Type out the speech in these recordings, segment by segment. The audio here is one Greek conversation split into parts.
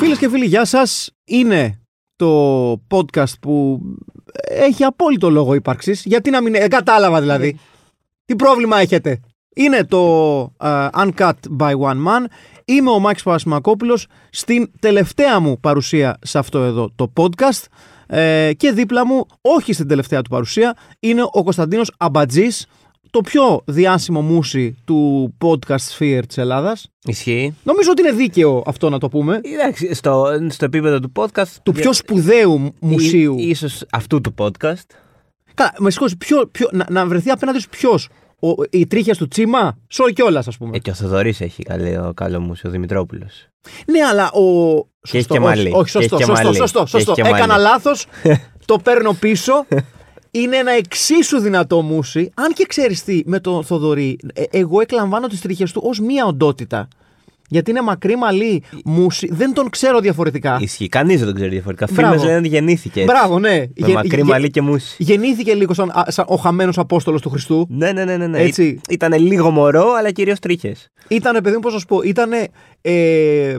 Φίλες και φίλοι, γεια σας. Είναι το podcast που έχει απόλυτο λόγο ύπαρξης. Γιατί να μην. Ε, κατάλαβα δηλαδή. Τι πρόβλημα έχετε. Είναι το ε, Uncut by One Man. Είμαι ο Μάκης Παπασημακόπουλος στην τελευταία μου παρουσία σε αυτό εδώ το podcast. Ε, και δίπλα μου, όχι στην τελευταία του παρουσία, είναι ο Κωνσταντίνος Αμπατζής, το πιο διάσημο μουσι του podcast sphere της Ελλάδας. Ισχύει. Νομίζω ότι είναι δίκαιο αυτό να το πούμε. Εντάξει, στο, στο επίπεδο του podcast. του πιο σπουδαίου μουσείου. Ίσως αυτού του podcast. Καλά, με συγχωρείτε, ποιο, ποιο, να, να βρεθεί απέναντι σου ποιο. Οι τρίχες του Τσίμα, σόι κιόλας, ας πούμε. Ε, και ο Θοδωρή έχει καλό, καλό μου, ο Δημητρόπουλος. ναι, αλλά ο. Και έχει και μαλλί. όχι, όχι, Και έχει σωστό, και σωστό, μαλλί. σωστό, Και έχει σωστό. και μαλλί. Έκανα λάθος. το παίρνω πίσω. Είναι ένα εξίσου δυνατό μουσι. Αν και ξέρεις τι, με τον Θοδωρή, ε, εγώ εκλαμβάνω τις τρίχες του ως μία οντότητα. Γιατί είναι μακρύ μαλλί, μουσι. Δεν τον ξέρω διαφορετικά. Ισχύει. Κανείς δεν τον ξέρει διαφορετικά. Μπράβο. Φίλε λένε ότι γεννήθηκε. έτσι. Μπράβο, ναι. Με Γε- μακρύ γε- μαλλί και μουσι. Γεννήθηκε λίγο σαν, α, σαν ο χαμένος Απόστολος του Χριστού. Ναι, ναι, ναι, ναι. ναι. Έτσι. Ήταν λίγο μωρό, αλλά κυρίως τρίχες. Ήταν, παιδί μου, πώς να σου πω, ήταν. Ε,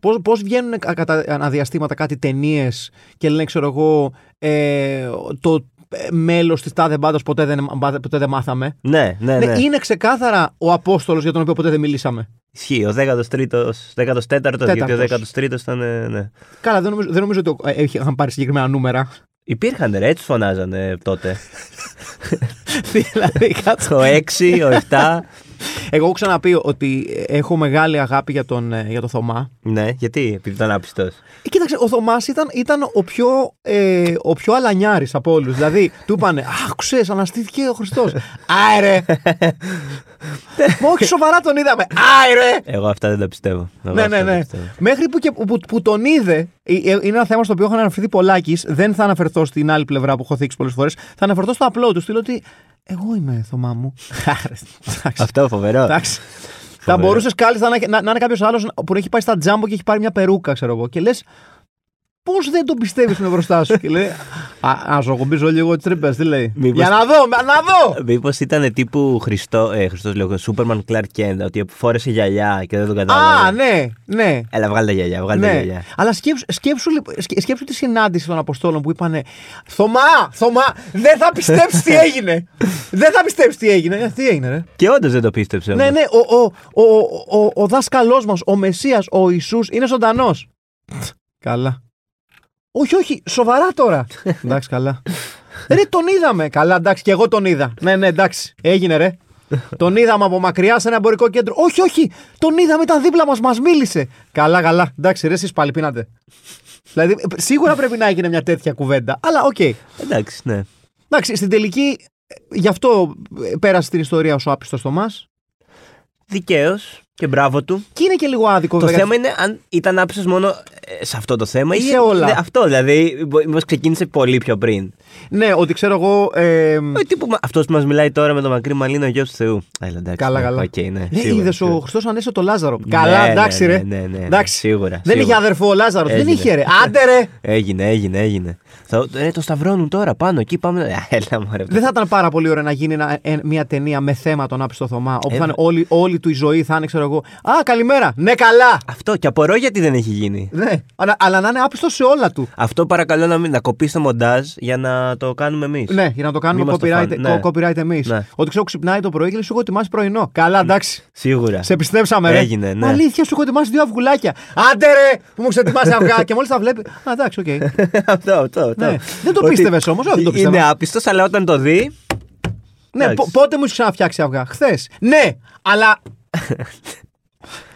πώς, πώς βγαίνουν κα- κατά αναδιαστήματα κάτι ταινίες και λένε, ξέρω εγώ, ε, το μέλος της τάδε μπάντας ποτέ δεν, ποτέ δεν μάθαμε. Ναι, ναι, ναι. Ναι, είναι ξεκάθαρα ο Απόστολος για τον οποίο ποτέ δεν μιλήσαμε. Ισχύει. Ο 13ο, 14ο, γιατί ο Τέταρτος. 13ο ήταν. ε, Ναι. Καλά, δεν νομίζω, δεν νομίζω ότι ο- ε, ε, είχαν πάρει συγκεκριμένα νούμερα. Υπήρχαν ρε, έτσι φωνάζανε τότε. δηλαδή, κάτσε. ο 6, ο 7. Εγώ έχω ξαναπεί ότι έχω μεγάλη αγάπη για τον, ε, για τον Θωμά. ναι, γιατί, επειδή ήταν άπιστος. Ε, Κοίταξε, ο Θωμάς ήταν, ήταν ο πιο, ε, ο πιο αλανιάρης από όλους. Δηλαδή, του είπανε Άκουσε, αναστήθηκε ο Χριστός. Άιρε! Μα όχι, σοβαρά τον είδαμε. Άιρε! Εγώ αυτά δεν τα πιστεύω. Εγώ Ναι, ναι, αυτά δεν τα ναι. πιστεύω. Μέχρι που, και, που, που τον είδε, ε, ε, είναι ένα θέμα στο οποίο είχαν αναφερθεί πολλάκις. Δεν θα αναφερθώ στην άλλη πλευρά που έχω θίξει πολλές φορές. Θα αναφερθώ στο απλό του. Στείλω ότι εγώ είμαι Θωμά μου. Άρε, εντάξει. Αυτό φοβερό. Εντάξει. Θα μπορούσες κάλλιστα να, έχει- να, να είναι κάποιος άλλος που έχει πάει στα τζάμπο και έχει πάρει μια περούκα, ξέρω εγώ. Και λες, πώς δεν τον πιστεύει που είναι μπροστά σου. και λέει, Α, α σου ακουμπήσω λίγο τις τρύπες, τι λέει. Μήπως- Για να δω, να δω! Μήπως ήταν τύπου Χριστό, ε, Χριστός λέω, Σούπερμαν Κλάρκ Κέντ, ότι φόρεσε γυαλιά και δεν τον κατάλαβε. α, ναι, ναι. Έλα, βγάλε τα γυαλιά, βγάλε τα Ναι. γυαλιά. Αλλά σκέψου, σκέψου, λοιπόν- σκε- σκέψου τη συνάντηση των Αποστόλων που είπανε Θωμά, Θωμά, δεν θα πιστέψεις τι έγινε. δεν θα πιστέψεις τι έγινε. Ε, Τι έγινε, ρε. Και όντως δεν το πίστεψε. ναι, όμως. ναι, ο, ο, ο, ο, ο, ο δάσκαλός μας, ο Μεσσίας, ο Ιησούς είναι ζωντανός. Καλά. Όχι, όχι, σοβαρά τώρα. εντάξει, καλά. Ρε, τον είδαμε. Καλά, εντάξει, και εγώ τον είδα. Ναι, ναι, εντάξει. Έγινε, ρε. τον είδαμε από μακριά σε ένα εμπορικό κέντρο. Όχι, όχι, τον είδαμε, ήταν δίπλα μας, μας μίλησε. Καλά, καλά. Εντάξει, ρε, εσείς πάλι πίνατε. δηλαδή, σίγουρα πρέπει να έγινε μια τέτοια κουβέντα. Αλλά, οκ. Εντάξει, ναι. Εντάξει, στην τελική, ε, γι' αυτό ε, πέρασε την ιστορία ως ο άπιστο Θωμά. Δικαίως και μπράβο του. Και είναι και λίγο άδικο, Το βέβαια. θέμα είναι αν ήταν άπιστο μόνο ε, σε αυτό το θέμα ή Σε όλα. Δε- Αυτό δηλαδή. Μήπως ξεκίνησε πολύ πιο πριν. Ναι, ότι ξέρω εγώ. Ε, Αυτός που μας μιλάει τώρα με το μακρύ μαλλί είναι ο γιος του Θεού. Έλα, εντάξει, καλά, ναι, καλά. Ε, οκ, ναι, Ρε, σίγουρα, είδες ο σίγουρα. Χριστός ανέσε το Λάζαρο. Ναι, καλά, ναι, εντάξει, ναι, ρε. ναι, ναι, ναι, εντάξει. σίγουρα, Δεν σίγουρα. είχε αδερφό ο Λάζαρος. Δεν Έγινε. είχε, ρε. Άντε, ρε. Έγινε, έγινε, έγινε. Θα, ρε, το σταυρώνουν τώρα πάνω εκεί. Πάμε. Α, Έλα, μωρέ. Δεν θα ήταν πάρα πολύ ωραία να γίνει ένα- ε, μια ταινία με θέμα τον άπιστο Θωμά, όπου Ε, θα είναι όλη, όλη του η ζωή, θα είναι, ξέρω εγώ. Α, καλημέρα. Ναι, καλά. Αυτό και απορώ γιατί δεν έχει γίνει. Ναι, αλλά, αλλά να είναι άπιστο σε όλα του. Αυτό παρακαλώ να, μην, να κοπείς στο μοντάζ για να το κάνουμε εμείς. Ναι, για να το κάνουμε Μη μας το copyright, φαν- ναι. co- copyright εμείς. Ναι. Ότι ξέρω, ξυπνάει το πρωί και λέει, σου έχω ετοιμάσει πρωινό. Καλά, εντάξει. Σίγουρα. Σε πιστέψαμε, ρε. Έγινε, ναι. Αλήθεια, σου έχω ετοιμάσει δύο αυγουλάκια. Άντε, ρε, που μου ξετοιμάσει αυγά. και μόλις τα βλέπει. Α, εντάξει, οκ. αυτό, αυτό. αυτό. Ναι. Δεν το Ότι πίστευες όμως, όχι, δεν το πίστευα. Είναι άπιστος, αλλά όταν το δει. ναι, Εντάξει. πο- πότε μου έχεις ξαναφτιάξει αυγά. Χθες. Ναι, αλλά.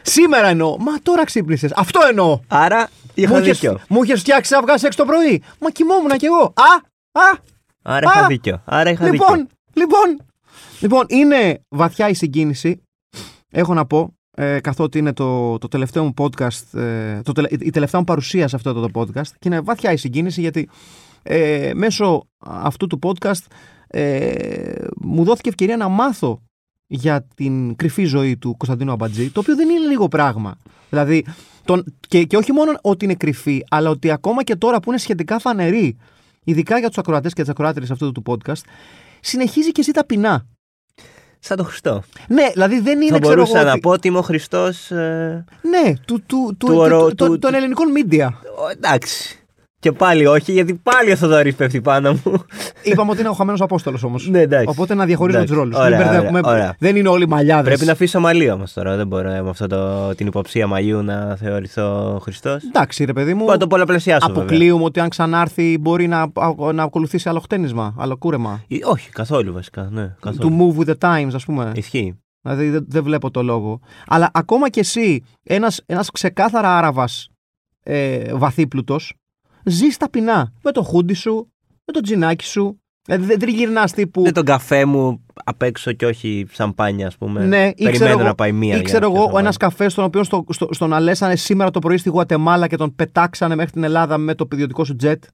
Σήμερα εννοώ. Μα τώρα ξύπνησες. Αυτό εννοώ. Άρα είχα Μου είχες- δίκιο. Μου είχες φτιάξει αυγά σε 6 το πρωί. Μα κοιμόμουν κι εγώ. Α, α. Άρα Α! είχα δίκιο. Άρα είχα Λοιπόν, δίκιο. λοιπόν, λοιπόν, είναι βαθιά η συγκίνηση. Έχω να πω, ε, καθότι είναι το, το τελευταίο μου podcast, ε, το, τελε- η τελευταία μου παρουσία σε αυτό το podcast. Και είναι βαθιά η συγκίνηση γιατί ε, μέσω αυτού του podcast ε, μου δόθηκε ευκαιρία να μάθω για την κρυφή ζωή του Κωνσταντίνου Αμπατζή, το οποίο δεν είναι λίγο πράγμα. Δηλαδή, τον, και, και όχι μόνο ότι είναι κρυφή, αλλά ότι ακόμα και τώρα που είναι σχετικά φανερή, ειδικά για τους ακροατές και τις ακροάτριες αυτού του podcast, συνεχίζει και ζει ταπεινά. Σαν τον Χριστό. Ναι, δηλαδή δεν είναι Θα ξέρω μπορούσα εγώ, να ότι- πω ότι είμαι ο Χριστός. Ε, Ναι, του, του, του, Του του- ορο- του- των- των ελληνικών media. ο, εντάξει. Και πάλι όχι, γιατί πάλι ο Θοδωρής πέφτει πάνω μου. Είπαμε ότι είναι ο χαμένος Απόστολος όμως. ναι, εντάξει. Οπότε να διαχωρίζουμε τους Εντάξει. ρόλους. Ωραία, ωραία, ωραία. Δεν είναι όλοι μαλλιάδες. Πρέπει να αφήσω μαλλί όμως τώρα. Δεν μπορώ ε, με αυτό το, την υποψία μαλλιού να θεωρηθώ Χριστός. Εντάξει, ρε παιδί μου. Μπορώ να το πολλαπλασιάσω. βέβαια. Αποκλείουμε ότι αν ξανάρθει μπορεί να, να ακολουθήσει άλλο χτένισμα, άλλο κούρεμα. Ή- Ε, Όχι, καθόλου βασικά. Ναι, καθόλου. Του move with the times, ας πούμε. Ισχύει. Δηλαδή δεν, δεν βλέπω το λόγο. Αλλά ακόμα κι εσύ, ένας ένας ξεκάθαρα άραβας ε, βαθύπλουτος, ζει ταπεινά. Με το χούντι σου, με το τζινάκι σου. Δηλαδή δεν τριγυρνά τύπου. Με τον καφέ μου απ' έξω και όχι σαμπάνια, ας πούμε. Ναι, ή ξέρω Περιμένω εγώ- να πάει μία. Ή για ξέρω να πιω εγώ, ο σαμπάνια. ένα καφέ, τον οποίο στο, στο, στον αλέσανε σήμερα το πρωί στη Γουατεμάλα και τον πετάξανε μέχρι την Ελλάδα με το ιδιωτικό σου τζετ.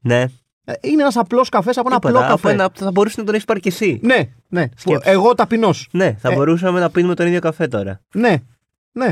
Ναι, Ε, Είναι ένας απλός καφές από ένα τίποτα, απλό από καφέ. ένα- θα μπορούσε να τον έχεις πάρει και εσύ. Ναι, ναι. Που- Σκέψου. Εγώ ταπεινός. Ναι, θα Ε. μπορούσαμε να πίνουμε τον ίδιο καφέ τώρα. Ναι, ναι.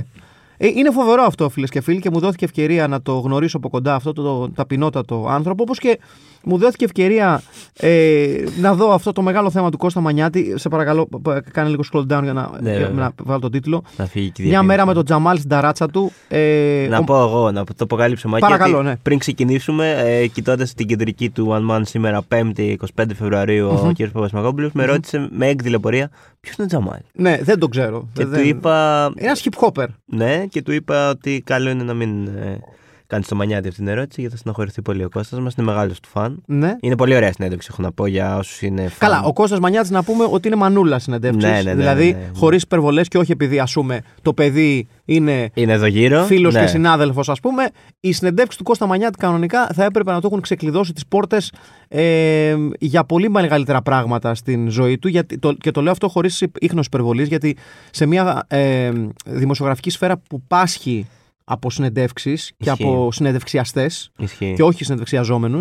Ε, είναι φοβερό αυτό, φίλες και φίλοι, και μου δόθηκε ευκαιρία να το γνωρίσω από κοντά αυτό το, το ταπεινότατο άνθρωπο. Όπως και μου δόθηκε ευκαιρία ε, να δω αυτό το μεγάλο θέμα του Κώστα Μανιάτη. Σε παρακαλώ, π- π- κάνε λίγο scroll down για να, Ναι, για βέβαια. να βάλω τον τίτλο. Να φύγει και η Μια διαφήμιση. μέρα με τον Τζαμάλ στην ταράτσα του. Ε, Να ο- πω εγώ, να το αποκαλύψω Μάκη. Παρακαλώ, γιατί ναι. Πριν ξεκινήσουμε, ε, κοιτώντας την κεντρική του One Man σήμερα, 5η 25 Φεβρουαρίου, ο κ. παπασμακοπουλος με ρώτησε με έκτη λεπορία ποιος είναι ο Τζαμάλ. Ναι, δεν τον ξέρω. Και δεν... του είπα. Είναι ένας hip hopper. Ναι, και του είπα ότι καλό είναι να μην ε, κάνει το μανιάτι αυτή την ερώτηση, γιατί θα στεναχωρηθεί πολύ ο Κώστας μας. Είναι μεγάλος του φαν. Ναι. Είναι πολύ ωραία συνέντευξη, έχω να πω για όσους είναι φαν. Καλά, ο Κώστας Μανιάτης να πούμε ότι είναι μανούλα συνεντεύξεις. Ναι, ναι, ναι, δηλαδή, ναι, ναι, ναι. χωρίς υπερβολές και όχι επειδή, ας πούμε, το παιδί είναι Είναι εδώ γύρω. φίλος ναι. και συνάδελφος, ας πούμε. Οι συνεντεύξεις του Κώστα Μανιάτη κανονικά θα έπρεπε να του έχουν ξεκλειδώσει τις πόρτες ε, για πολύ μεγαλύτερα πράγματα στην ζωή του. Γιατί, το, και το λέω αυτό χωρίς ίχνος υπερβολής, γιατί σε μια ε, δημοσιογραφική σφαίρα που πάσχει από συνεντεύξεις και Ισχύει. από συνεντευξιαστές, Ισχύει. και όχι συνεντευξιαζόμενους.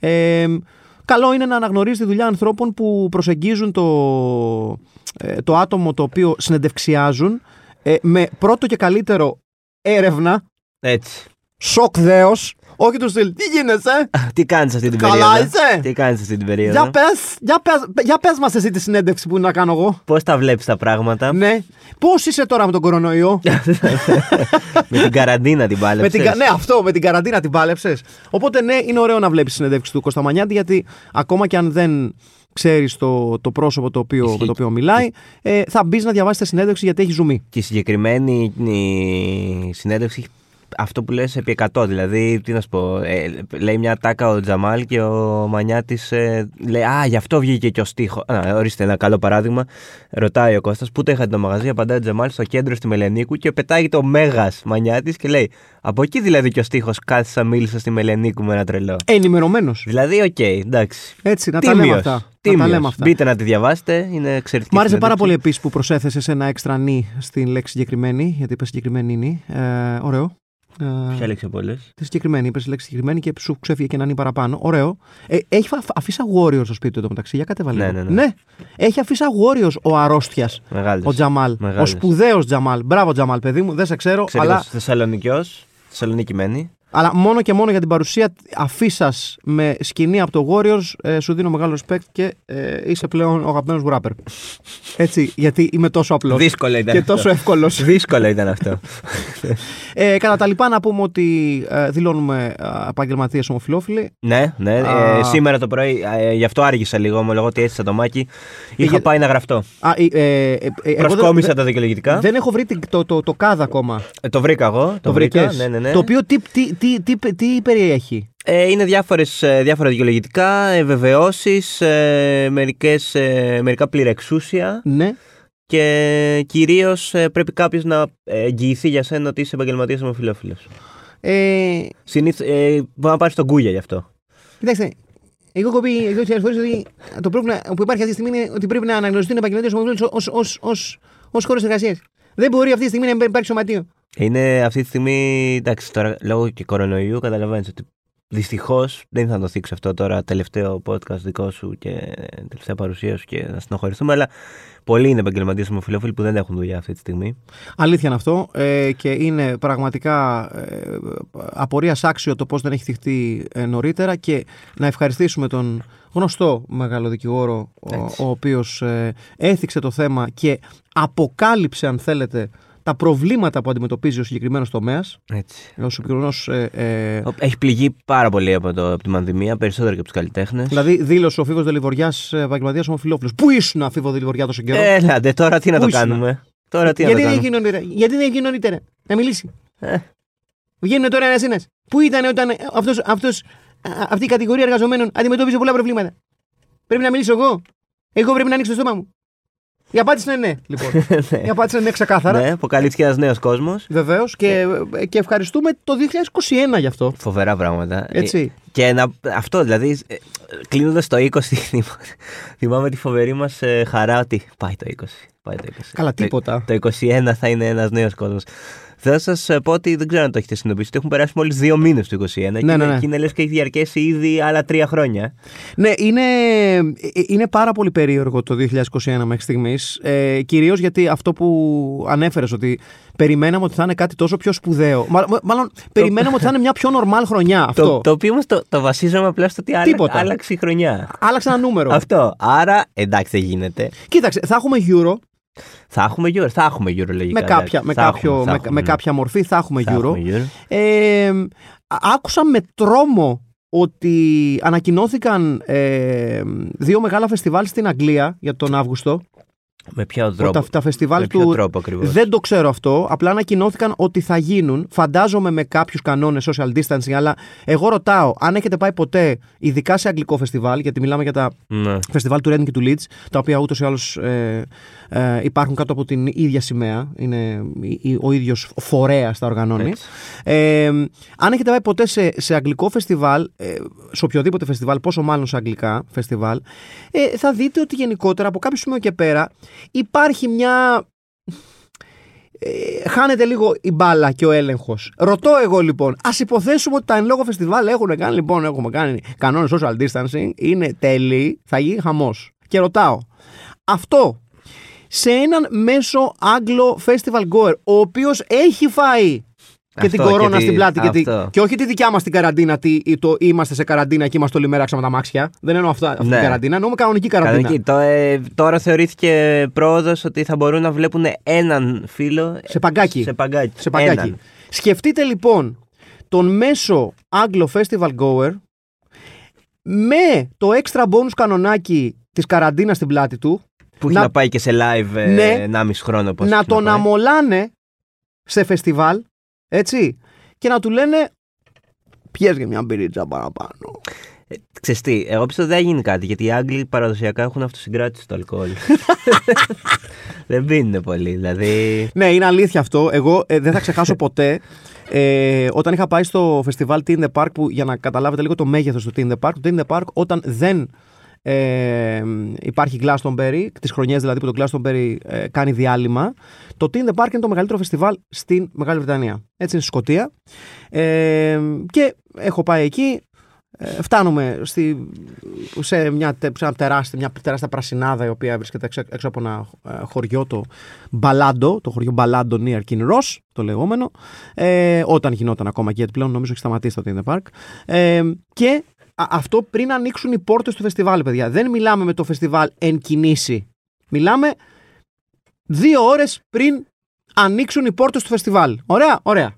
Ε, καλό είναι να αναγνωρίζει τη δουλειά ανθρώπων που προσεγγίζουν το, ε, το άτομο το οποίο συνεντευξιάζουν ε, με πρώτο και καλύτερο έρευνα, Έτσι. σοκ δέος, όχι του στυλ. Τι γίνεσαι, Τι κάνεις αυτή την περίοδο. καλά είσαι. Τι κάνεις αυτή την Για περίοδο. πες, για πες, για πες μας εσύ τη συνέντευξη που να κάνω εγώ. Πώς τα βλέπεις τα πράγματα. Ναι. Πώς είσαι τώρα με τον κορονοϊό. με την καραντίνα την πάλεψες. Με την, κα- ναι, αυτό, με την καραντίνα την πάλεψες. Οπότε, ναι, είναι ωραίο να βλέπεις συνέντευξη του Κωνσταμανιάτη, γιατί ακόμα και αν δεν ξέρεις το, το πρόσωπο το οποίο, Ισχύει. με το οποίο μιλάει, ε, θα μπεις να διαβάσεις τη συνέντευξη γιατί έχει ζουμί. Και η συγκεκριμένη η συνέντευξη έχει αυτό που λες επί 100. Δηλαδή, τι να σου πω, ε, λέει μια τάκα ο Τζαμάλ και ο Μανιάτης ε, λέει Α, γι' αυτό βγήκε και ο στίχο. Α, ορίστε ένα καλό παράδειγμα. Ρωτάει ο Κώστας πού το είχατε το μαγαζί. Απαντάει ο Τζαμάλ στο κέντρο στη Μελενίκου και πετάει το μέγας Μανιάτης και λέει Από εκεί δηλαδή και ο στίχος κάθισα, μίλησα στη Μελενίκου με ένα τρελό. Ενημερωμένος. Δηλαδή, οκ, εντάξει. Έτσι, να τα λέμε Τίμιος. αυτά. Να τα Τίμιος. λέμε αυτά. Μπείτε να τη διαβάσετε, είναι εξαιρετική. Μ' άρεσε πάρα συνέντευξη. πολύ επίσης που προσέθεσες ένα έξτρα νη στην λέξη συγκεκριμένη, γιατί είπε συγκεκριμένη νη. Ε, ωραίο. Ε, Ποια λέξη από όλες? Τη συγκεκριμένη, είπες λέξη συγκεκριμένη και σου ξέφυγε και έναν ή παραπάνω. Ωραίο. Ε, έχει αφ- αφήσει αγόριο στο σπίτι του εντωμεταξύ. Για κάτε Ναι, βαλέ. ναι, ναι. έχει αφήσει αγόριο ο αρρώστιας. Μεγάλες. Ο Τζαμάλ. Ο Μεγάλες. σπουδαίος Τζαμάλ. Μπράβο, Τζαμάλ, παιδί μου, δεν σε ξέρω. Αλλά... αλλά, Θεσσαλονικιός. Θεσσαλονίκη μένει. αλλά μόνο και μόνο για την παρουσία αφίσα με σκηνή από το Warriors ε, σου δίνω μεγάλο respect και ε, είσαι πλέον ο αγαπημένος μου ράπερ. Έτσι, γιατί είμαι τόσο απλός. Δύσκολο ήταν Και αυτό. τόσο εύκολος. Δύσκολο ήταν αυτό. Ε, κατά τα λοιπά, να πούμε ότι ε, δηλώνουμε επαγγελματίε ομοφυλόφιλοι. ναι, ναι. Α. Ε, σήμερα το πρωί, ε, γι' αυτό άργησα λίγο. Ομολογώ ότι έτσι το μάκι. Είχα Ε, για- πάει να γραφτώ. Α, ε, ε, ε, ε, εγώ δεν- Προσκόμισα τα δεν- δικαιολογητικά. Δεν έχω βρει την- το, το, το CAD ακόμα. Ε, Το βρήκα εγώ. Το, Το βρήκα. βρήκες. Ναι, ναι, ναι. Το οποίο τι, τι, τι, τι, τι περιέχει. Ε, είναι διάφορες, ε, διάφορα δικαιολογητικά, ε, βεβαιώσεις, ε, μερικές, ε, μερικά πληρεξούσια Ναι. και κυρίως πρέπει κάποιος να ε, εγγυηθεί για σένα ότι είσαι επαγγελματίας ομοφυλόφιλο. Ε, Συνήθως. Ε, μπορεί να πάρεις τον κούγια γι' αυτό. Κοιτάξτε, εγώ έχω πει εκδόσει άλλε φορές ότι το πρόβλημα που υπάρχει αυτή τη στιγμή είναι ότι πρέπει να αναγνωριστούν οι επαγγελματίες ομοφυλόφιλοι ω χώρο εργασίας. Δεν μπορεί αυτή τη στιγμή να υπάρχει σωματείο. Είναι αυτή τη στιγμή, εντάξει, τώρα λόγω και κορονοϊού καταλαβαίνεις ότι Δυστυχώς δεν θα το θίξω αυτό τώρα, τελευταίο podcast δικό σου και ε, τελευταία παρουσία σου και να συνοχωρηθούμε. Αλλά πολλοί είναι επαγγελματίες ομοφυλόφιλοι που δεν έχουν δουλειά αυτή τη στιγμή. Αλήθεια είναι αυτό ε, και είναι πραγματικά ε, απορία άξιο το πώς δεν έχει θυχτεί ε, νωρίτερα και να ευχαριστήσουμε τον γνωστό μεγάλο δικηγόρο ο, Έτσι. ο οποίος ε, έθιξε το θέμα και αποκάλυψε αν θέλετε τα προβλήματα που αντιμετωπίζει ο συγκεκριμένος τομέας Έτσι. ο συγκεκριμένος ε, ε, Ο- Έχει πληγεί πάρα πολύ από, το, από την πανδημία, περισσότερο και από τους καλλιτέχνες. Δηλαδή, δήλωσε ο Φίβος Δελιβοριάς επαγγελματία ομοφυλόφιλος. Πού ήσουν, Φίβο Δελιβοριά, τόσο καιρό. Έλατε, τώρα τι να Πού το ήσουν? κάνουμε. Τώρα τι να το Γιατί δεν κάνουμε. έγινε νωρίτερα. Γιατί δεν έγινε νωρίτερα. Να μιλήσει. Ε. Βγαίνουν τώρα ένας ένας. Πού ήταν όταν αυτός, αυτός, α, αυτή η κατηγορία εργαζομένων αντιμετώπιζε πολλά προβλήματα. Πρέπει να μιλήσω εγώ. Εγώ πρέπει να ανοίξω το στόμα μου. Η απάντηση είναι ναι, λοιπόν. Ναι. Η απάντηση είναι ναι, ξεκάθαρα. Ναι, αποκαλύφθηκε ένας νέος κόσμος. Βεβαίως και, ε, και ευχαριστούμε το 2021 γι' αυτό. Φοβερά πράγματα. Ε, Έτσι. Και να, αυτό δηλαδή, κλείνοντας το 20, θυμά- θυμάμαι τη φοβερή μας χαρά ότι πάει το 20. Πάει το 20. Καλά, Το- τίποτα. Το 21 θα είναι ένας νέος κόσμος. Θα σας ε, πω ότι δεν ξέρω αν το έχετε συνειδητοποιήσει. ότι Έχουν περάσει μόλις δύο μήνες του 21 και, ναι, είναι- ναι. και είναι λες και έχει διαρκέσει ήδη άλλα τρία χρόνια. Ναι, είναι, ε, είναι πάρα πολύ περίεργο το 2021 μέχρι στιγμής. Ε, Κυρίως γιατί αυτό που ανέφερες, ότι περιμέναμε ότι θα είναι κάτι τόσο πιο σπουδαίο. Μα- μα- μάλλον περιμέναμε ότι θα είναι μια πιο normal χρονιά αυτό. Το, το οποίο όμω το, το βασίζομαι απλά στο ότι άλλα- Τίποτα. άλλαξε η χρονιά. Άλλαξε ένα νούμερο. Αυτό. Άρα εντάξει δεν γίνεται. Κοίταξε, θα έχουμε Euro Θα έχουμε Euro, θα έχουμε Euro λογικά. με, κάποια, εντάξει. με, Θα κάποιο, έχουμε, θα με, έχουμε, με ναι. κάποια μορφή, θα έχουμε Θα Euro. έχουμε Euro. Ε, α- άκουσα με τρόμο ότι ανακοινώθηκαν ε, δύο μεγάλα φεστιβάλ στην Αγγλία για τον Αύγουστο. Με ποιο τρόπο. Τα, τα φεστιβάλ με ποιο του, τρόπο ακριβώς. Δεν το ξέρω αυτό. Απλά ανακοινώθηκαν ότι θα γίνουν. Φαντάζομαι με κάποιους κανόνες social distancing, αλλά εγώ ρωτάω αν έχετε πάει ποτέ, ειδικά σε αγγλικό φεστιβάλ, γιατί μιλάμε για τα Ναι. φεστιβάλ του Reading και του Leeds, τα οποία ούτως ή άλλως ε, ε, υπάρχουν κάτω από την ίδια σημαία. Είναι η- η- ο ίδιος φορέας τα οργανώνει. Έτσι. Ε, αν έχετε πάει ποτέ σε, σε αγγλικό φεστιβάλ, ε, σε οποιοδήποτε φεστιβάλ, πόσο μάλλον σε αγγλικά φεστιβάλ, ε, θα δείτε ότι γενικότερα από κάποιο σημείο και πέρα υπάρχει μια. Ε, χάνεται λίγο η μπάλα και ο έλεγχος. Ρωτώ εγώ λοιπόν, ας υποθέσουμε ότι τα εν λόγω φεστιβάλ έχουν κάνει λοιπόν, έχουμε κάνει κανόνες social distancing, είναι τέλειοι, θα γίνει χαμός. Και ρωτάω, αυτό σε έναν μέσο Άγγλο festival goer, ο οποίος έχει φάει και Αυτό την κορώνα τη- στην πλάτη. Και, τη- αυτό. και όχι τη δικιά μας την καραντίνα, τι, ή το είμαστε σε καραντίνα και είμαστε όλοι μεράξαμε τα μάξια. Δεν εννοώ αυτά, αυτή Ναι. την καραντίνα, εννοούμε κανονική καραντίνα. Κανονική. Το, ε, τώρα θεωρήθηκε πρόοδος ότι θα μπορούν να βλέπουν έναν φίλο Σε παγκάκι. Σε παγκάκι. Σε παγκάκι. Έναν. Σκεφτείτε λοιπόν τον μέσο Anglo Festival Goer με το extra bonus κανονάκι της καραντίνας στην πλάτη του Που έχει Να- να... πάει και σε live ε, Ναι. 1,5 χρόνο. όπως να έχει τον πάει. αμολάνε σε φεστιβάλ έτσι και να του λένε πιες για μια μπυρίτσα παραπάνω. Ε, Ξέρεις τι, εγώ πιστεύω δεν θα γίνει κάτι γιατί οι Άγγλοι παραδοσιακά έχουν αυτοσυγκράτηση στο αλκοόλ. δεν πίνουν πολύ. Δηλαδή. Ναι, είναι αλήθεια αυτό. Εγώ ε, δεν θα ξεχάσω ποτέ ε, όταν είχα πάει στο φεστιβάλ Teen in the Park, που για να καταλάβετε λίγο το μέγεθος του Teen in the Park, το Teen in the Park όταν δεν ε, υπάρχει Glastonbury, τις χρονιές δηλαδή που το Glastonbury ε, κάνει διάλειμμα, το Teen in the Park είναι το μεγαλύτερο φεστιβάλ στην Μεγάλη Βρετανία. Έτσι είναι στη Σκωτία. Ε, και έχω πάει εκεί, ε, φτάνουμε στη, σε μια, τε- σε ένα τεράστια, μια τεράστια πρασινάδα η οποία βρίσκεται έξω, έξω από ένα ε, χωριό το Μπαλάντο, το χωριό Μπαλάντο near King Ross, το λεγόμενο, ε, όταν γινόταν ακόμα και γιατί πλέον νομίζω έχει σταματήσει το Tinder Park. Ε, και α- αυτό πριν ανοίξουν οι πόρτες του φεστιβάλ, παιδιά. Δεν μιλάμε με το φεστιβάλ εν κινήσει. Μιλάμε δύο ώρες πριν ανοίξουν οι πόρτες του φεστιβάλ. Ωραία, ωραία.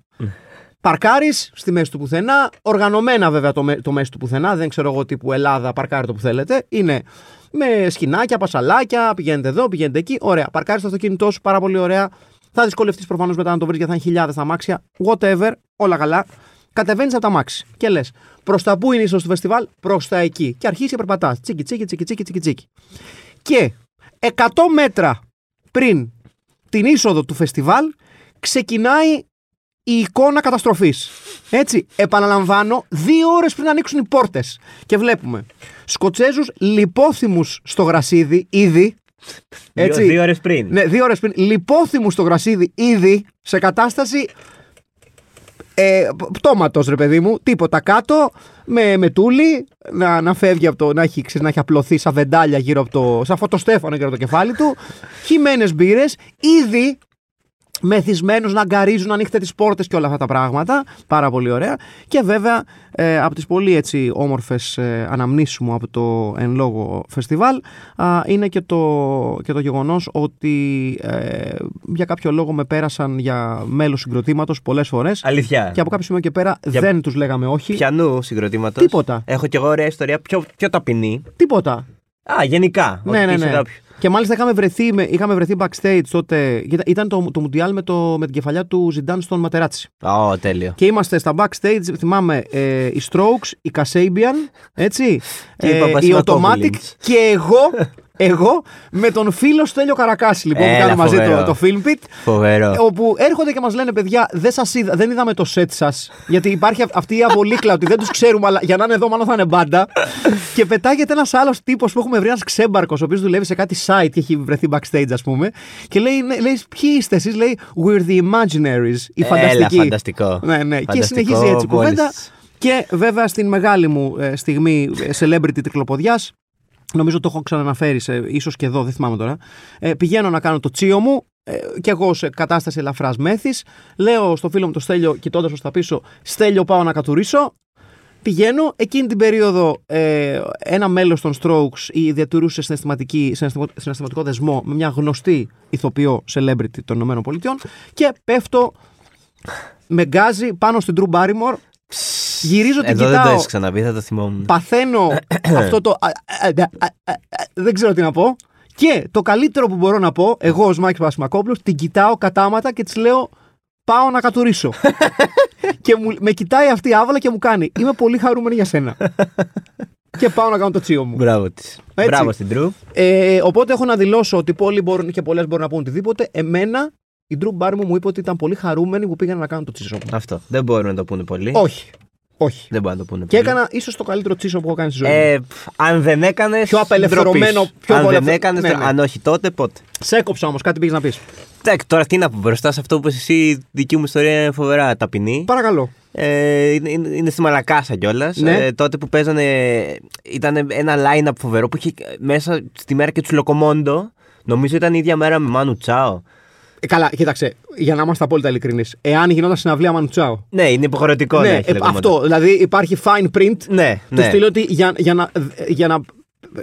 Παρκάρεις στη μέση του πουθενά. Οργανωμένα βέβαια το, μέ- το μέση του πουθενά. Δεν ξέρω εγώ τύπου Ελλάδα, παρκάρει το που θέλετε. Είναι με σκηνάκια, πασαλάκια. Πηγαίνετε εδώ, πηγαίνετε εκεί. Ωραία. Παρκάρεις το αυτοκίνητό σου πάρα πολύ ωραία. Θα δυσκολευτείς προφανώς μετά να το βρεις γιατί θα είναι χιλιάδες τα μάξια. Whatever, όλα καλά. Κατεβαίνεις από τα μάξι και λες: Προς τα πού είναι η είσοδο του φεστιβάλ, προς τα εκεί. Και αρχίζει και περπατάς. Τσίκι, τσίκι, τσίκι, τσίκι, τσίκι, τσίκι. Και 100 μέτρα πριν την είσοδο του φεστιβάλ ξεκινάει η εικόνα καταστροφής. Έτσι, επαναλαμβάνω, δύο ώρες πριν ανοίξουν οι πόρτες. Και βλέπουμε Σκοτσέζους λιπόθυμους στο γρασίδι, ήδη. ναι, Έτσι. Δύο, δύο ώρες πριν. Ναι, δύο ώρες πριν. Λιπόθυμους στο γρασίδι, ήδη σε κατάσταση. ε, πτώματος, ρε παιδί μου, τίποτα κάτω, με, με τούλι, να, να φεύγει από το. να έχει, ξέρεις, να έχει απλωθεί σαν βεντάλια γύρω από το. σαν φωτοστέφανο γύρω από το κεφάλι του. Χυμένες μπύρες, ήδη μεθυσμένους να αγκαρίζουν ανοίχτε τις πόρτες και όλα αυτά τα πράγματα. Πάρα πολύ ωραία. Και βέβαια ε, από τις πολύ έτσι όμορφες ε, αναμνήσεις μου από το εν λόγω φεστιβάλ α, είναι και το, και το γεγονός ότι ε, για κάποιο λόγο με πέρασαν για μέλος συγκροτήματος πολλές φορές. Αλήθεια. Και από κάποιο σημείο και πέρα Για- δεν τους λέγαμε όχι. Πιανού συγκροτήματος. Τίποτα. Έχω κι εγώ ωραία ιστορία πιο, πιο ταπεινή. Τίποτα. Α, γενικά. Ναι, ότι ναι, είσαι ναι. κάποιος. Και μάλιστα είχαμε βρεθεί, με- είχαμε βρεθεί backstage τότε. Ήταν- Ήταν το, το Μουντιάλ με, το, με την κεφαλιά του Ζιντάν στον Ματεράτσι. Ω, τέλειο. Και είμαστε στα backstage, θυμάμαι, ε, οι Strokes, οι Kasabian, έτσι, Και ε, η οι Παπασημακόπουλη. Automatic και εγώ, εγώ με τον φίλο Στέλιο Καρακάση, λοιπόν, που Έλα, κάνουμε μαζί το, φοβερό. το Film Pit, Φοβερό. όπου έρχονται και μας λένε, παιδιά, δεν, σας είδα, δεν είδαμε το set σας, γιατί υπάρχει αυ- αυτή η απολύκλα ότι δεν τους ξέρουμε, αλλά για να είναι εδώ μάλλον θα είναι μπάντα. και πετάγεται ένας άλλος τύπος που έχουμε βρει, ένας ξέμπαρκος, ο οποίος δουλεύει σε κάτι site και έχει βρεθεί backstage, ας πούμε, και λέει, ναι, λέει ποιοι είστε εσείς, λέει, we're the imaginaries, οι Έλα, φανταστικοί. φανταστικό. Ναι, ναι. Και Φανταστικό συνεχίζει έτσι η μόλις. κουβέντα. Και βέβαια στην μεγάλη μου ε, στιγμή ε, celebrity τρικλοποδιάς νομίζω το έχω ξαναναφέρει, σε, ίσως και εδώ, δεν θυμάμαι τώρα, ε, πηγαίνω να κάνω το τσίο μου ε, και εγώ σε κατάσταση ελαφράς μέθης, λέω στο φίλο μου το Στέλιο, κοιτώντας προς τα πίσω, Στέλιο πάω να κατουρίσω, Πηγαίνω, εκείνη την περίοδο ε, ένα μέλος των Strokes η- διατηρούσε συναισθηματική- συναισθημα- συναισθηματικό δεσμό με μια γνωστή ηθοποιό celebrity των Ηνωμένων Πολιτειών και πέφτω με γκάζι πάνω στην Drew Barrymore. Γυρίζω την Εδώ δεν το κοιτάω, έχεις ξαναπεί, θα το θυμόμουν. παθαίνω αυτό το. α, α, α, α, α, α, Δεν ξέρω τι να πω. Και το καλύτερο που μπορώ να πω, εγώ ως Μάκης Παπασημακόπουλο, την κοιτάω κατάματα και της λέω Πάω να κατουρίσω. και μου, με κοιτάει αυτή η άβαλα και μου κάνει Είμαι πολύ χαρούμενη για σένα. και πάω να κάνω το τσίο μου. Μπράβο της. Μπράβο στην Τρου. Ε, οπότε έχω να δηλώσω ότι πολλοί μπορούν και πολλές μπορούν να πούν οτιδήποτε. Εμένα η Drew Barrymore μου είπε ότι ήταν πολύ χαρούμενη που πήγαινα να κάνω το τσίσο μου. Αυτό. Δεν μπορούν να το πούνε πολύ. Όχι. Όχι. Δεν μπορούν να το πούνε Και πολύ. έκανα ίσως το καλύτερο τσίσο που έχω κάνει στη ζωή μου. Ε, πφ, αν δεν έκανες. Πιο απελευθερωμένο, πιο αν δεν απολευθε- έκανες. Ναι, ναι. Αν όχι τότε, πότε. Σε έκοψα όμως, κάτι πήγες να πεις. Εντάξει, τώρα τι να πω μπροστά σε αυτό που εσύ η δική μου ιστορία είναι φοβερά ταπεινή. Παρακαλώ. Ε, είναι, είναι- είναι στη Μαλακάσα κιόλας. Ναι. Ε, τότε που παίζανε. ήταν ένα line-up φοβερό που είχε μέσα στη μέρα και τους Λοκομόντο. Νομίζω ήταν η ίδια μέρα με Μάνου Τσάο. Ε, καλά, κοίταξε, για να είμαστε απόλυτα ειλικρινείς. Εάν γινόταν συναυλία Μανουτσάο. Ναι, είναι υποχρεωτικό να Ναι, έχει ε, Λοκομόντο. αυτό. Δηλαδή υπάρχει fine print. Ναι, Του ναι. στείλω ότι για, για να, για να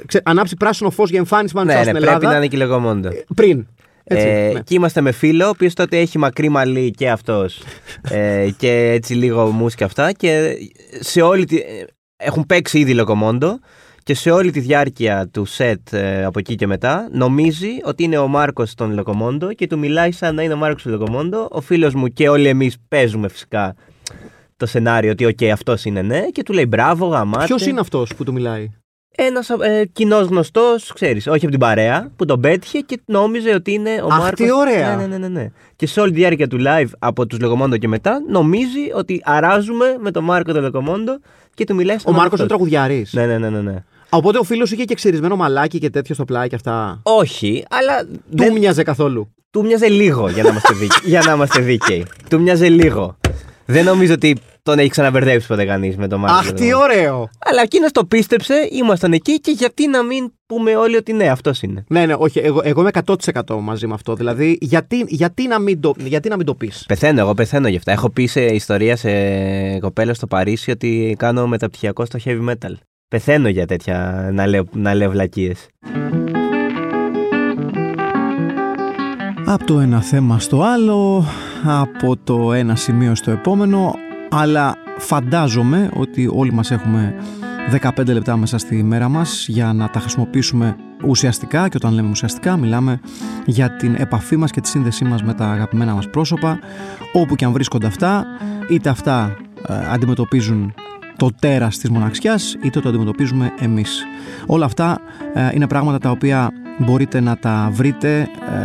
ξε- ανάψει πράσινο φως για εμφάνιση ναι, Μανουτσάο ναι, στην πρέπει Ελλάδα. να είναι και η Λοκομόντο. Πριν. Έτσι, ε, ναι. Και είμαστε με φίλο, ο οποίος τότε έχει μακρύ μαλλί και αυτός. ε, και έτσι λίγο μου και αυτά. Και σε όλη τη... ε, Έχουν παίξει ήδη λοκομόντο. Και σε όλη τη διάρκεια του σετ ε, από εκεί και μετά, νομίζει ότι είναι ο Μάρκος των Λοκομόντο και του μιλάει σαν να είναι ο Μάρκος του Λοκομόντο. Ο φίλος μου και όλοι εμείς παίζουμε φυσικά το σενάριο ότι, οκ, αυτός είναι ναι, και του λέει μπράβο, γαμάτε. Ποιος είναι αυτός που του μιλάει. Ένας ε, κοινός γνωστός, ξέρεις, όχι από την παρέα, που τον πέτυχε και νόμιζε ότι είναι ο Αχ, Μάρκο. τι ωραία. Ναι, ναι, ναι, ναι. Και σε όλη τη διάρκεια του live από τους Λεγομόντο και μετά, νομίζει ότι αράζουμε με τον Μάρκο τον Λεγομόντο και του μιλάει Ο στον Μάρκος είναι αυτός. τραγουδιάρης. Ναι, ναι, ναι, ναι, ναι. Οπότε ο φίλος είχε και ξυρισμένο μαλάκι και τέτοιο στο πλάι και αυτά. Όχι, αλλά δεν... Του μοιάζε καθόλου. του μοιάζε λίγο για να είμαστε δίκαιοι. για να είμαστε δίκαιοι. Του μοιάζε λίγο. Δεν νομίζω ότι τον έχει ξαναμπερδέψει ποτέ κανείς με τον Μάρκο. Αχ, τον τι Λεγομόντο. ωραίο! Αλλά εκείνος το πίστεψε, ήμασταν εκεί και γιατί να μην πούμε όλοι ότι ναι, αυτός είναι. Ναι, ναι, όχι, εγώ, εγώ είμαι 100% μαζί με αυτό. Δηλαδή, γιατί, γιατί να μην το, γιατί να μην το πεις. Πεθαίνω, εγώ πεθαίνω γι' αυτά. Έχω πει σε ιστορία σε κοπέλα στο Παρίσι ότι κάνω μεταπτυχιακό στο heavy metal. Πεθαίνω για τέτοια να λέω, να λέω βλακίες. Από το ένα θέμα στο άλλο, από το ένα σημείο στο επόμενο, αλλά φαντάζομαι ότι όλοι μας έχουμε 15 λεπτά μέσα στη μέρα μας για να τα χρησιμοποιήσουμε ουσιαστικά και όταν λέμε ουσιαστικά μιλάμε για την επαφή μας και τη σύνδεσή μας με τα αγαπημένα μας πρόσωπα όπου και αν βρίσκονται αυτά είτε αυτά ε, αντιμετωπίζουν το τέρας της μοναξιάς είτε το αντιμετωπίζουμε εμείς. Όλα αυτά ε, είναι πράγματα τα οποία μπορείτε να τα βρείτε,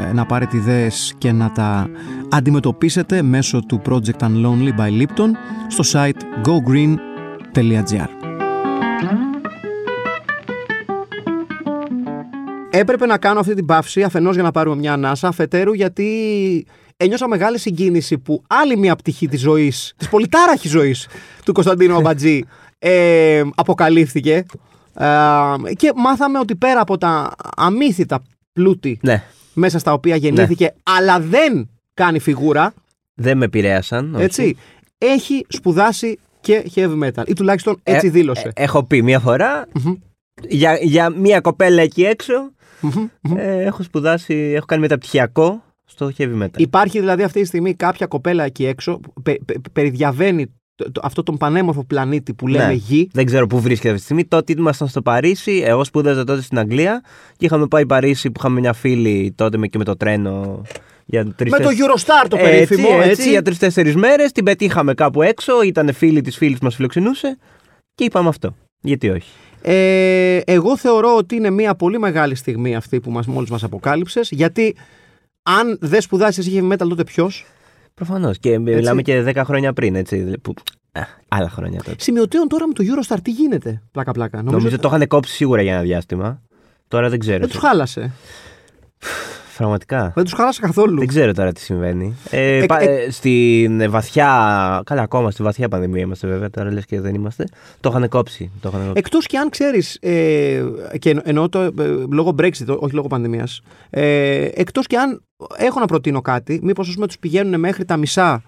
ε, να πάρετε ιδέες και να τα αντιμετωπίσετε μέσω του Project Unlonely by Lipton στο site gogreen.gr Έπρεπε να κάνω αυτή την παύση αφενός για να πάρουμε μια ανάσα, αφετέρου γιατί ένιωσα μεγάλη συγκίνηση που άλλη μια πτυχή της ζωής, της πολυτάραχης ζωής του Κωνσταντίνου Αμπατζή ε, αποκαλύφθηκε. Ε, και μάθαμε ότι πέρα από τα αμύθιτα πλούτη Ναι. μέσα στα οποία γεννήθηκε, αλλά δεν κάνει φιγούρα, Δεν με επηρέασαν. όχι. έτσι, έχει σπουδάσει και heavy metal. Ή τουλάχιστον έτσι Ε, δήλωσε. ε, έχω πει μία φορά, για, για μία κοπέλα εκεί έξω, Μμμ. ε, έχω σπουδάσει, έχω κάνει μεταπτυχιακό στο heavy metal. Υπάρχει δηλαδή αυτή τη στιγμή κάποια κοπέλα εκεί έξω που πε, πε- περιδιαβαίνει το- το- αυτό τον πανέμορφο πλανήτη που λέμε Ναι. γη. Δεν ξέρω πού βρίσκεται αυτή τη στιγμή. Τότε ήμασταν στο Παρίσι. Εγώ σπούδαζα τότε στην Αγγλία και είχαμε πάει Παρίσι που είχαμε μια φίλη τότε με, και με το τρένο για τρεις Με το Eurostar το περίφημο, έτσι. έτσι, για τρει-τέσσερι μέρες. Την πετύχαμε κάπου έξω. Ήταν φίλη της φίλης που μας φιλοξενούσε. Και είπαμε αυτό. Γιατί όχι. Ε, εγώ θεωρώ ότι είναι μια πολύ μεγάλη στιγμή αυτή που μας, μόλις μας αποκάλυψες, γιατί αν δεν σπουδάσεις heavy metal τότε ποιος. Προφανώς. Και μιλάμε και 10 χρόνια πριν, έτσι. Που... Α, άλλα χρόνια τότε. Σημειωτέων τώρα με το Eurostar τι γίνεται, πλάκα-πλάκα. Νομίζω, Νομίζω το είχαν κόψει σίγουρα για ένα διάστημα. Τώρα δεν ξέρω. δεν τους χάλασε. Πραγματικά. Δεν τους χάλασε καθόλου. Δεν ξέρω τώρα τι συμβαίνει. Ε, Ε, πα- ε, ε, στην βαθιά. Καλά, ακόμα στη βαθιά πανδημία είμαστε βέβαια. Τώρα λες και δεν είμαστε. Το είχαν κόψει. Το είχαν κόψει. Εκτός και αν ξέρεις, ε, και εν- εννοώ το, ε, λόγω Brexit, ό- όχι λόγω πανδημίας, ε, εκτός και αν έχω να προτείνω κάτι, μήπως ας πούμε τους πηγαίνουν μέχρι τα μισά.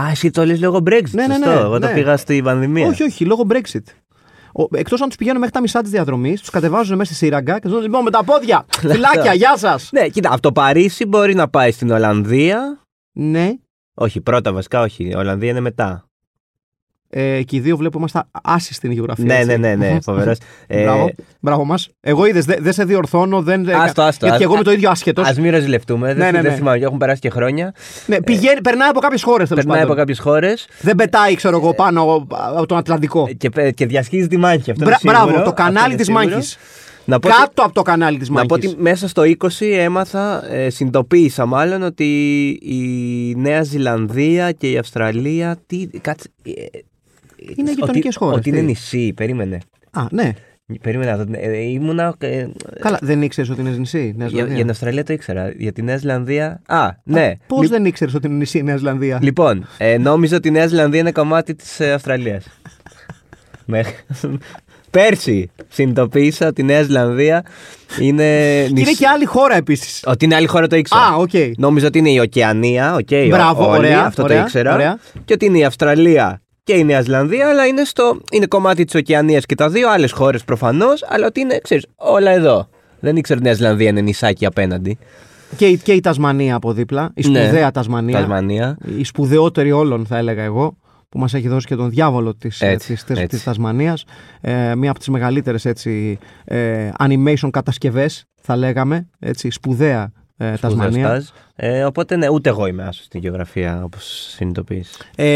Α, εσύ το λες λόγω Brexit. Ναι, ναι, σωστό. ναι, Εγώ ναι. το πήγα στην πανδημία. Όχι, όχι, λόγω Brexit. Ο- Εκτός αν τους πηγαίνουν μέχρι τα μισά της διαδρομής, τους κατεβάζουν μέσα στη σύραγγα και τους λένε λοιπόν με τα πόδια, φυλάκια, γεια σας. Ναι, κοίτα, από το Παρίσι μπορεί να πάει στην Ολλανδία. Ναι, Όχι, πρώτα βασικά, όχι. Η Ολλανδία είναι μετά. ε, και οι δύο βλέπω είμαστε άσοι στην γεωγραφία. Ναι, έτσι. ναι, ναι, Ε, ναι, Μμμ. φοβερό. Μπράβο, μπράβο μας. Εγώ είδες, δεν δεν σε διορθώνω, δεν... Άστο, άστο. γιατί και εγώ είμαι το ίδιο άσχετος. Ας μην ρεζιλευτούμε. Ναι, δεν, ναι, δεν ναι. θυμάμαι, έχουν περάσει και χρόνια. Ναι, πηγαίνει, περνάει από κάποιες χώρες τέλος Περνάει από πάντων. κάποιες χώρες Δεν πετάει, ξέρω εγώ, πάνω α, από τον Ατλαντικό. και, πε- και διασχίζει τη μάχη. Μπρα- Αυτό είναι σίγουρο. μπράβο, το Αυτό κανάλι είναι της σίγουρο. μάχης. Να πω ότι- Κάτω από το κανάλι της Να πω μάχης. ότι μέσα στο 20 έμαθα, ε, συνειδητοποίησα μάλλον ότι η Νέα Ζηλανδία και η Αυστραλία. Τι, κάτσε, ε, ε, Είναι ότι- γειτονικές χώρες, Ότι τι. είναι νησί, περίμενε. Α, ναι. Περίμενε να δω, ε, ήμουνα. ε, ε, Καλά, δεν ήξερες ότι είναι νησί. Νέα για, Ζηλανδία. για την Αυστραλία το ήξερα. Για τη Νέα Ζηλανδία. Α, ναι. Πώς Λι- δεν ήξερες ότι είναι νησί η Νέα Ζηλανδία. Λοιπόν, ε, νόμιζα ότι η Νέα Ζηλανδία είναι κομμάτι ε, τη Αυστραλία. Πέρσι συνειδητοποίησα ότι η Νέα Ζηλανδία είναι. Και είναι νησί- και άλλη χώρα επίσης. Ότι είναι άλλη χώρα το ήξερα. Α, οκ. Νόμιζα ότι είναι η Οκεανία, οκ, ο- Μπράβο, όλοι, ωραία, αυτό ωραία, το ήξερα. ωραία. Και ότι είναι η Αυστραλία και η Νέα Ζηλανδία, αλλά είναι, στο, είναι κομμάτι της Οκεανία και τα δύο, άλλες χώρες προφανώς, αλλά ότι είναι, ξέρεις, όλα εδώ. Δεν ήξερα ότι η Νέα Ζηλανδία είναι νησάκι απέναντι. Και, η- και η Τασμανία από δίπλα. Η Ναι. σπουδαία Τασμανία. Τασμανία. Η σπουδαιότερη όλων, θα έλεγα εγώ, που μας έχει δώσει και τον διάβολο της Έτσι, της, έτσι. της Τασμανίας. Ε, μία από τις μεγαλύτερες ε, animation κατασκευές, θα λέγαμε. Έτσι, σπουδαία ε, Τασμανία. Σπουδαστάς. Ε, οπότε ναι, ούτε εγώ είμαι άσος στην γεωγραφία, όπως συνειδητοποιείς. Ε,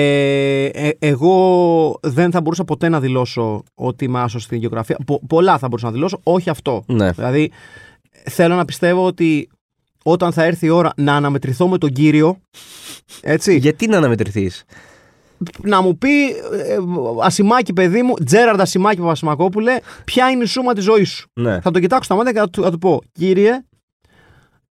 ε, εγώ δεν θα μπορούσα ποτέ να δηλώσω ότι είμαι άσος στην γεωγραφία. Πο- πολλά θα μπορούσα να δηλώσω, όχι αυτό. Ναι. Δηλαδή, θέλω να πιστεύω ότι όταν θα έρθει η ώρα να αναμετρηθώ με τον κύριο, έτσι, Γιατί να αναμετρηθείς. να μου πει ε, Ασημάκη, παιδί μου, Τζέραρντ Ασημάκη Παπασημακόπουλε, ποια είναι η σούμα της ζωής σου. Ναι. Θα τον κοιτάξω στα μάτια και θα του, θα του πω, κύριε,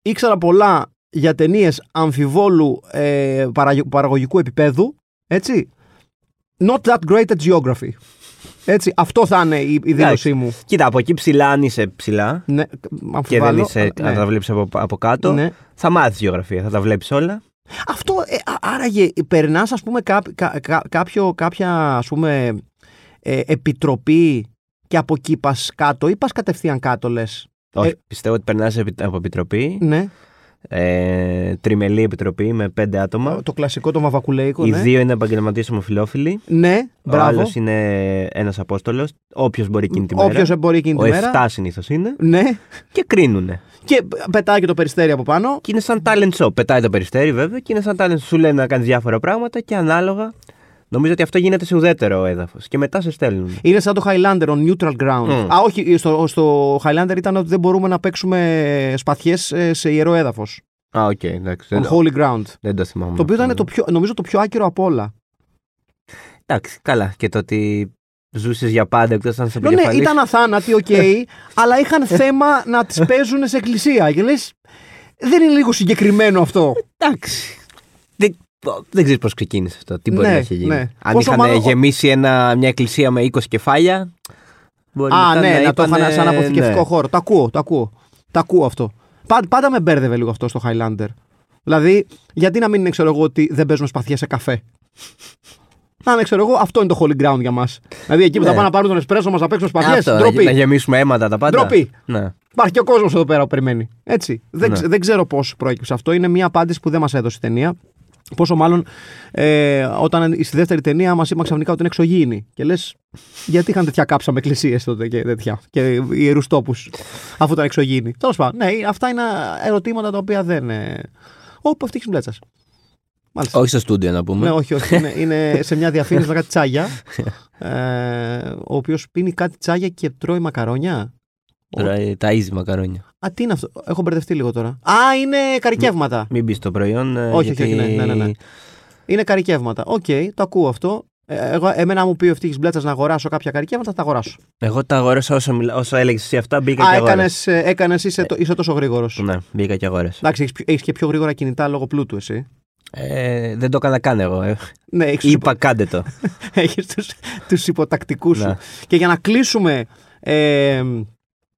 ήξερα πολλά για ταινίες αμφιβόλου ε, παραγω- παραγωγικού επίπεδου, έτσι. Not that great at geography. Έτσι, αυτό θα είναι η, η δήλωσή μου. Κοίτα, από εκεί ψηλά, αν είσαι ψηλά Ναι, και αμφιβάλλω, δεν είσαι, αλλά- αν ναι. τα βλέπεις από, από κάτω, Ναι. θα μάθεις γεωγραφία, θα τα βλέπεις όλα. Αυτό, ε, α- άραγε, περνάς, ας πούμε, κά- κα- κα- κάποιο, κάποια ας πούμε, ε, επιτροπή και από εκεί πας κάτω ή πας κατευθείαν κάτω, λες. Όχι, πιστεύω ότι περνάς από επιτροπή. Ναι. Ε, τριμελή επιτροπή με πέντε άτομα. Το κλασικό, το μαβακουλέικο. Οι ναι. δύο είναι επαγγελματίες ομοφυλόφιλοι. Ναι, Ο μπράβο. άλλος είναι ένας απόστολος. Όποιος μπορεί εκείνη τη μέρα. Όποιος μπορεί εκείνη τη ο μέρα. 7 συνήθως είναι. Ναι. Και κρίνουνε. Και πετάει και το περιστέρι από πάνω. Και είναι σαν talent show. Πετάει το περιστέρι βέβαια και είναι σαν talent show. Σου λένε να κάνεις διάφορα πράγματα και ανάλογα. Νομίζω ότι αυτό γίνεται σε ουδέτερο έδαφος. Και μετά σε στέλνουν. Είναι σαν το Highlander, on neutral ground. Mm. Α, όχι, στο, στο Highlander ήταν ότι δεν μπορούμε να παίξουμε σπαθιές σε ιερό έδαφος. Α, οκ, εντάξει. On Δεν, holy ground. δεν το θυμάμαι. ναι. Το οποίο ήταν το πιο, νομίζω το πιο άκυρο από όλα. Εντάξει, καλά. Και το ότι ζούσες για πάντα εκτός αν σε Ναι, ναι, επικεφαλής. ήταν αθάνατοι, οκ, αλλά είχαν θέμα να τις παίζουν σε εκκλησία. Και λες, δεν είναι λίγο συγκεκριμένο αυτό. Εντάξει. Δεν ξέρεις πώς ξεκίνησε αυτό. Τι μπορεί Ναι, να έχει γίνει. ναι. Αν Πόσο είχαν μάλλον- γεμίσει ένα, μια εκκλησία με 20 κεφάλια. Μπορεί Α, μετά ναι, να το είπανε, είχαν σαν αποθηκευτικό ναι. χώρο. Το ακούω, το ακούω. Το ακούω αυτό. Πάντα, πάντα με μπέρδευε λίγο αυτό στο Highlander. Δηλαδή, γιατί να μην είναι, ξέρω εγώ, ότι δεν παίζουμε σπαθιά σε καφέ. Να είναι, ξέρω εγώ, αυτό είναι το holy ground για μας. Δηλαδή, εκεί που θα Ναι. πάμε να πάρουμε τον εσπρέσο μας να παίξουμε Αυτό, σπαθιέ. να- Ντροπή. να γεμίσουμε αίματα τα πάντα. Ντροπή. Ναι. Υπάρχει και ο κόσμος εδώ πέρα που περιμένει. Έτσι. Δεν, Ναι. ξε- δεν ξέρω πώς προέκυψε αυτό. Είναι μια απάντηση που δεν μας έδωσε η ταινία. Πόσο μάλλον ε, όταν στη δεύτερη ταινία μας είπαν ξαφνικά ότι είναι εξωγήινη. Και λες, γιατί είχαν τέτοια κάψα με εκκλησίες τότε και τέτοια. Και ιερούς τόπους, αφού ήταν εξωγήινη. Τέλος πάντων, ναι, αυτά είναι ερωτήματα τα οποία δεν. Ε... Όπου αυτή έχεις μπλέτσας. Μάλιστα. Όχι στο στούντιο να πούμε. Ναι, όχι, όχι. Είναι, είναι σε μια διαφήμιση με κάτι τσάγια. Ε, ο οποίος πίνει κάτι τσάγια και τρώει μακαρόνια. Τώρα, ε, τα easy μακαρόνια. Α, τι είναι αυτό. Έχω μπερδευτεί λίγο τώρα. Α, είναι καρικεύματα. Μην μπεις στο προϊόν. ε, Όχι, γιατί... όχι, όχι, ναι, ναι, ναι, ναι. Είναι καρικεύματα. Οκ, το ακούω αυτό. Ε, εγώ, εμένα αν μου πει ο ευτυχής μπλέτσας να αγοράσω κάποια καρικεύματα, θα τα αγοράσω. Εγώ τα αγόρασα όσο, μιλά... όσο έλεγες εσύ αυτά, μπήκα Α, και έκανες, αγόρασα. είσαι, το- είσαι τόσο γρήγορος. Ναι, μπήκα και αγόρασα. Εντάξει, έχεις και πιο γρήγορα κινητά λόγω πλούτου, εσύ. Ε, δεν το έκανα καν εγώ. ε. Ναι, έχεις Είπα κάντε το. Έχεις τους, τους υποτακτικούς σου. Ναι. Και για να κλείσουμε ε,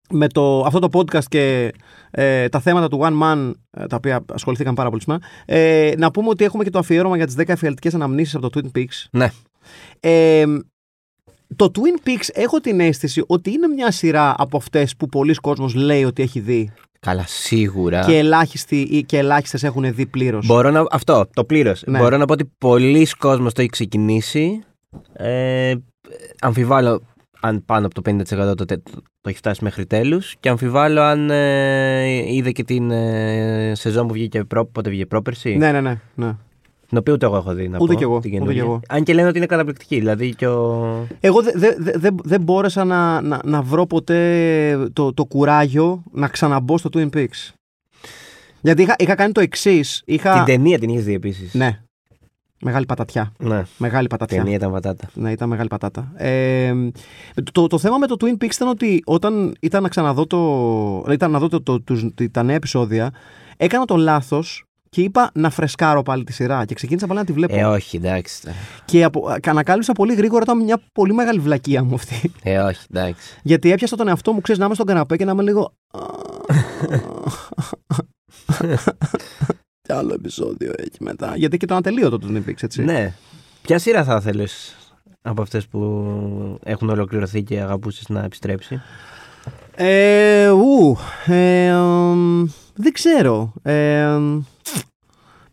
με το, αυτό το podcast και ε, τα θέματα του One Man, ε, τα οποία ασχοληθήκαν πάρα πολύ σήμερα, ε, να πούμε ότι έχουμε και το αφιέρωμα για τις 10 εφιαλτικές αναμνήσεις από το Twin Peaks. Ναι. Ε, το Twin Peaks έχω την αίσθηση ότι είναι μια σειρά από αυτές που πολλοί κόσμος λέει ότι έχει δει Καλά, σίγουρα. και, ελάχιστοι, ή και ελάχιστες έχουν δει πλήρως. Μπορώ να... Αυτό, το πλήρως. Ναι. Μπορώ να πω ότι πολλοί κόσμος το έχει ξεκινήσει. Ε, αμφιβάλλω αν πάνω από το 50% το, τε- το έχει φτάσει μέχρι τέλους και αμφιβάλλω αν ε, είδε και την ε, σεζόν που βγήκε, προ, πότε βγήκε πρόπερση. Ναι, ναι, ναι. ναι. Την οποία ούτε εγώ έχω δει να Ούτε πω, κι εγώ, την ούτε καινούργια. κι εγώ. Αν και λένε ότι είναι καταπληκτική. Δηλαδή και ο... Εγώ δεν δε, δε, δε- δεν μπόρεσα να, να, να βρω ποτέ το, το κουράγιο να ξαναμπω στο Twin Peaks. Γιατί είχα, είχα κάνει το εξής. Είχα... Την ταινία την είχες δει επίσης. Ναι. Μεγάλη πατατιά. Ναι, Μεγάλη η πατατιά. ταινία ήταν πατάτα. Ναι, ήταν μεγάλη πατάτα. Ε, το, το θέμα με το Twin Peaks ήταν ότι όταν ήταν να ξαναδώ το, ήταν να δω το, το, τους- τα νέα επεισόδια, έκανα το λάθος και είπα να φρεσκάρω πάλι τη σειρά. Και ξεκίνησα πάλι να τη βλέπω. Ε, όχι, εντάξει. Και απο, ανακάλυψα πολύ γρήγορα ότι ήταν μια πολύ μεγάλη βλακεία μου αυτή. Ε, όχι, εντάξει. Γιατί έπιασα τον εαυτό μου, ξέρεις, να είμαι στον καναπέ και να είμαι λίγο. Τι άλλο επεισόδιο έχει μετά. Γιατί και το ατελείωτο του Netflix, έτσι. Ναι. Ποια σειρά θα θέλεις από αυτές που έχουν ολοκληρωθεί και αγαπούσες να επιστρέψει. Ε, ου, ε, εμ, δεν ξέρω. Ε, εμ,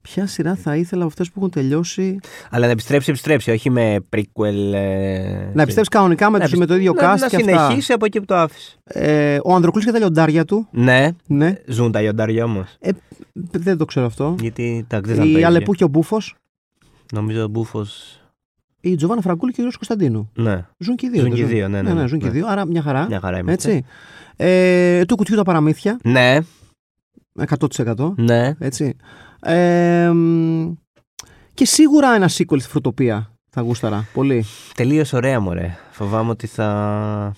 ποια σειρά θα ήθελα από αυτές που έχουν τελειώσει. Αλλά να επιστρέψει, επιστρέψει, όχι με prequel. ε, Να επιστρέψει κανονικά με, να τους, επισ- με το ίδιο να- cast Να και αυτά. συνεχίσει από εκεί που το άφησε. Ε, ο Ανδροκλής και τα λιοντάρια του. Ναι, Ναι. ζουν τα λιοντάρια όμως. Ε, δεν το ξέρω αυτό. Γιατί τα δεν θα Η παίζει. Αλεπού και ο Μπούφος. Νομίζω ο μπούφος. Η Τζοβάνα Φραγκούλη και ο Γιώργος Κωνσταντίνου. Ναι, Ζουν και οι δύο. Ζουν δεν και οι δύο, ναι, ναι, ναι, ναι. ζουν και οι Ναι. δύο, άρα μια χαρά. μια χαρά είμαστε. έτσι. Ε, του κουτιού τα παραμύθια, Ναι, 100%. ναι. Έτσι. Ε, μ, και σίγουρα ένα sequel στη Φρουτοπία θα γούσταρα πολύ. Τελείως ωραία, μωρέ. Φοβάμαι ότι θα.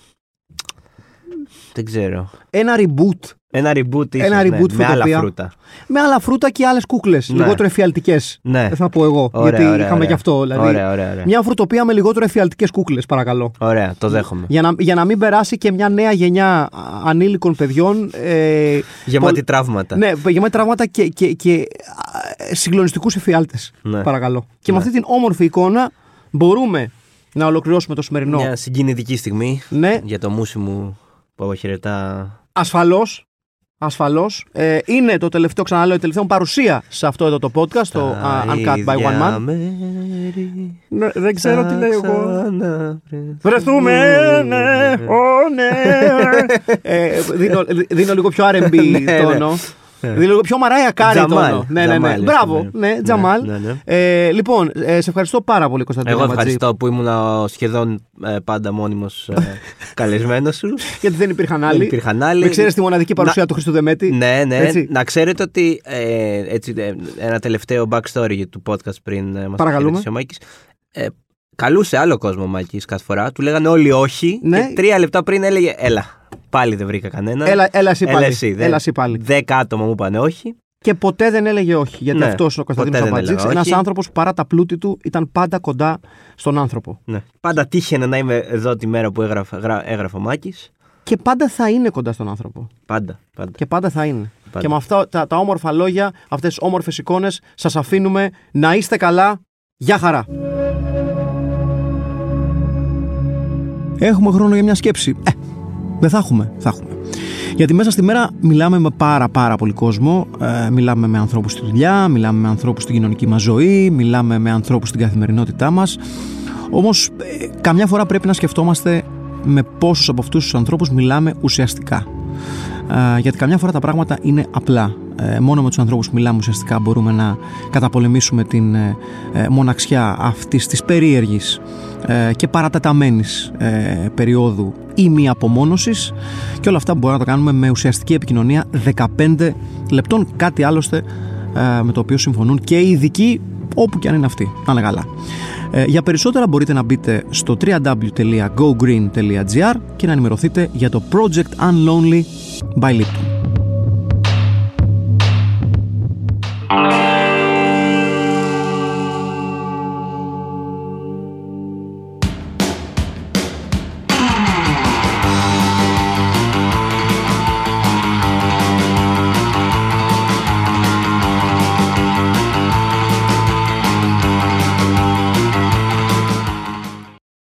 Δεν ξέρω. Ένα reboot Ένα reboot ίσως, Ένα ναι, reboot με άλλα φωτοτοπία. φρούτα. με άλλα φρούτα και άλλες κούκλες. Ναι. Λιγότερο εφιαλτικές. Ναι. Ε, Θα πω εγώ. Ωραία, γιατί ωραία, είχαμε ωραία. και αυτό. Δηλαδή, Ωραία, ωραία, ωραία. Μια φρουτοπία με λιγότερο εφιαλτικές κούκλες, παρακαλώ. Ωραία, το δέχομαι. Για να, για να μην περάσει και μια νέα γενιά α, ανήλικων παιδιών. Ε, Γεμάτη τραύματα. Ναι, γεμάτη τραύματα και, και, και συγκλονιστικούς εφιάλτες. Ναι. Παρακαλώ. Και με Ναι. αυτή την όμορφη εικόνα μπορούμε να ολοκληρώσουμε το σημερινό. Μια συγκινητική στιγμή Ναι, για το μουσι μου που αποχαιρετά. ασφαλώς. Ασφαλώς. Ε, είναι το τελευταίο, ξαναλέω, η τελευταία μου παρουσία σε αυτό εδώ το podcast, το α, Uncut by One Man. Ναι, δεν Βρεθούμε, ναι, ω, ναι. Ε, δίνω, δι- δίνω λίγο πιο R&B Ναι, ναι. τόνο. Δίνω λίγο πιο Μαράια Κάρι Τζαμάλ, τόνο. Ναι, ναι, ναι. Τζαμάλ, Μπράβο, ας πούμε. ναι, Τζαμάλ. Ναι, ναι, ναι. Ε, λοιπόν, ε, σε ευχαριστώ πάρα πολύ, Κωνσταντίνο Εγώ Ματζή, ευχαριστώ που ήμουν ο σχεδόν ε, πάντα μόνιμος ε, καλεσμένος σου. γιατί δεν υπήρχαν Δεν άλλοι. υπήρχαν άλλοι. Μην ξέρεις τη μοναδική παρουσία Να- του Χρήστου Δεμέτη. Ναι, ναι. Έτσι. Να ξέρετε ότι ε, έτσι, ε, ένα τελευταίο backstory του podcast πριν ε, μας Παρακαλούμε. χαιρέτησε ο Μάκης. Ε, καλούσε άλλο κόσμο ο Μάκης κάθε φορά. Του λέγανε όλοι όχι. Ναι. Και τρία λεπτά πριν έλεγε έλα. Πάλι δεν βρήκα κανένα. Έλα, έλα εσύ πάλι. Έλα εσύ. δεν- Έλα εσύ πάλι. Δέκα άτομα μου είπαν όχι. Και ποτέ δεν έλεγε όχι. Γιατί Ναι. αυτός αυτό ο Κωνσταντίνος Ποτέ δεν Αμπατζή, έλεγα ένα όχι. άνθρωπος παρά τα πλούτη του, ήταν πάντα κοντά στον άνθρωπο. Ναι. Πάντα τύχαινε να είμαι εδώ τη μέρα που έγραφε, γρα, έγραφε ο Μάκης. Και πάντα θα είναι κοντά στον άνθρωπο. Πάντα, πάντα. Και πάντα θα είναι. Πάντα. Και με αυτά τα, τα όμορφα λόγια, αυτές τι όμορφες εικόνες, σας αφήνουμε να είστε καλά. Γεια χαρά. Έχουμε χρόνο για μια σκέψη. Ε, δεν θα έχουμε. Θα έχουμε. Γιατί μέσα στη μέρα μιλάμε με πάρα πάρα πολύ κόσμο. Ε, μιλάμε με ανθρώπους στη δουλειά, μιλάμε με ανθρώπους στην κοινωνική μας ζωή, μιλάμε με ανθρώπους στην καθημερινότητά μας. Όμως ε, καμιά φορά πρέπει να σκεφτόμαστε με πόσους από αυτούς τους ανθρώπους μιλάμε ουσιαστικά. Ε, γιατί καμιά φορά τα πράγματα είναι απλά. Ε, μόνο με τους ανθρώπους που μιλάμε ουσιαστικά μπορούμε να καταπολεμήσουμε την ε, ε, μοναξιά αυτής της περίεργης ε, και παραταταμένης ε, περίοδου ή μη απομόνωσης και όλα αυτά μπορούμε να τα κάνουμε με ουσιαστική επικοινωνία 15 λεπτών κάτι άλλωστε ε, με το οποίο συμφωνούν και οι ειδικοί όπου και αν είναι αυτοί. Να είναι καλά. Ε, για περισσότερα μπορείτε να μπείτε στο www.gogreen.gr και να ενημερωθείτε για το Project Unlonely by Lipton.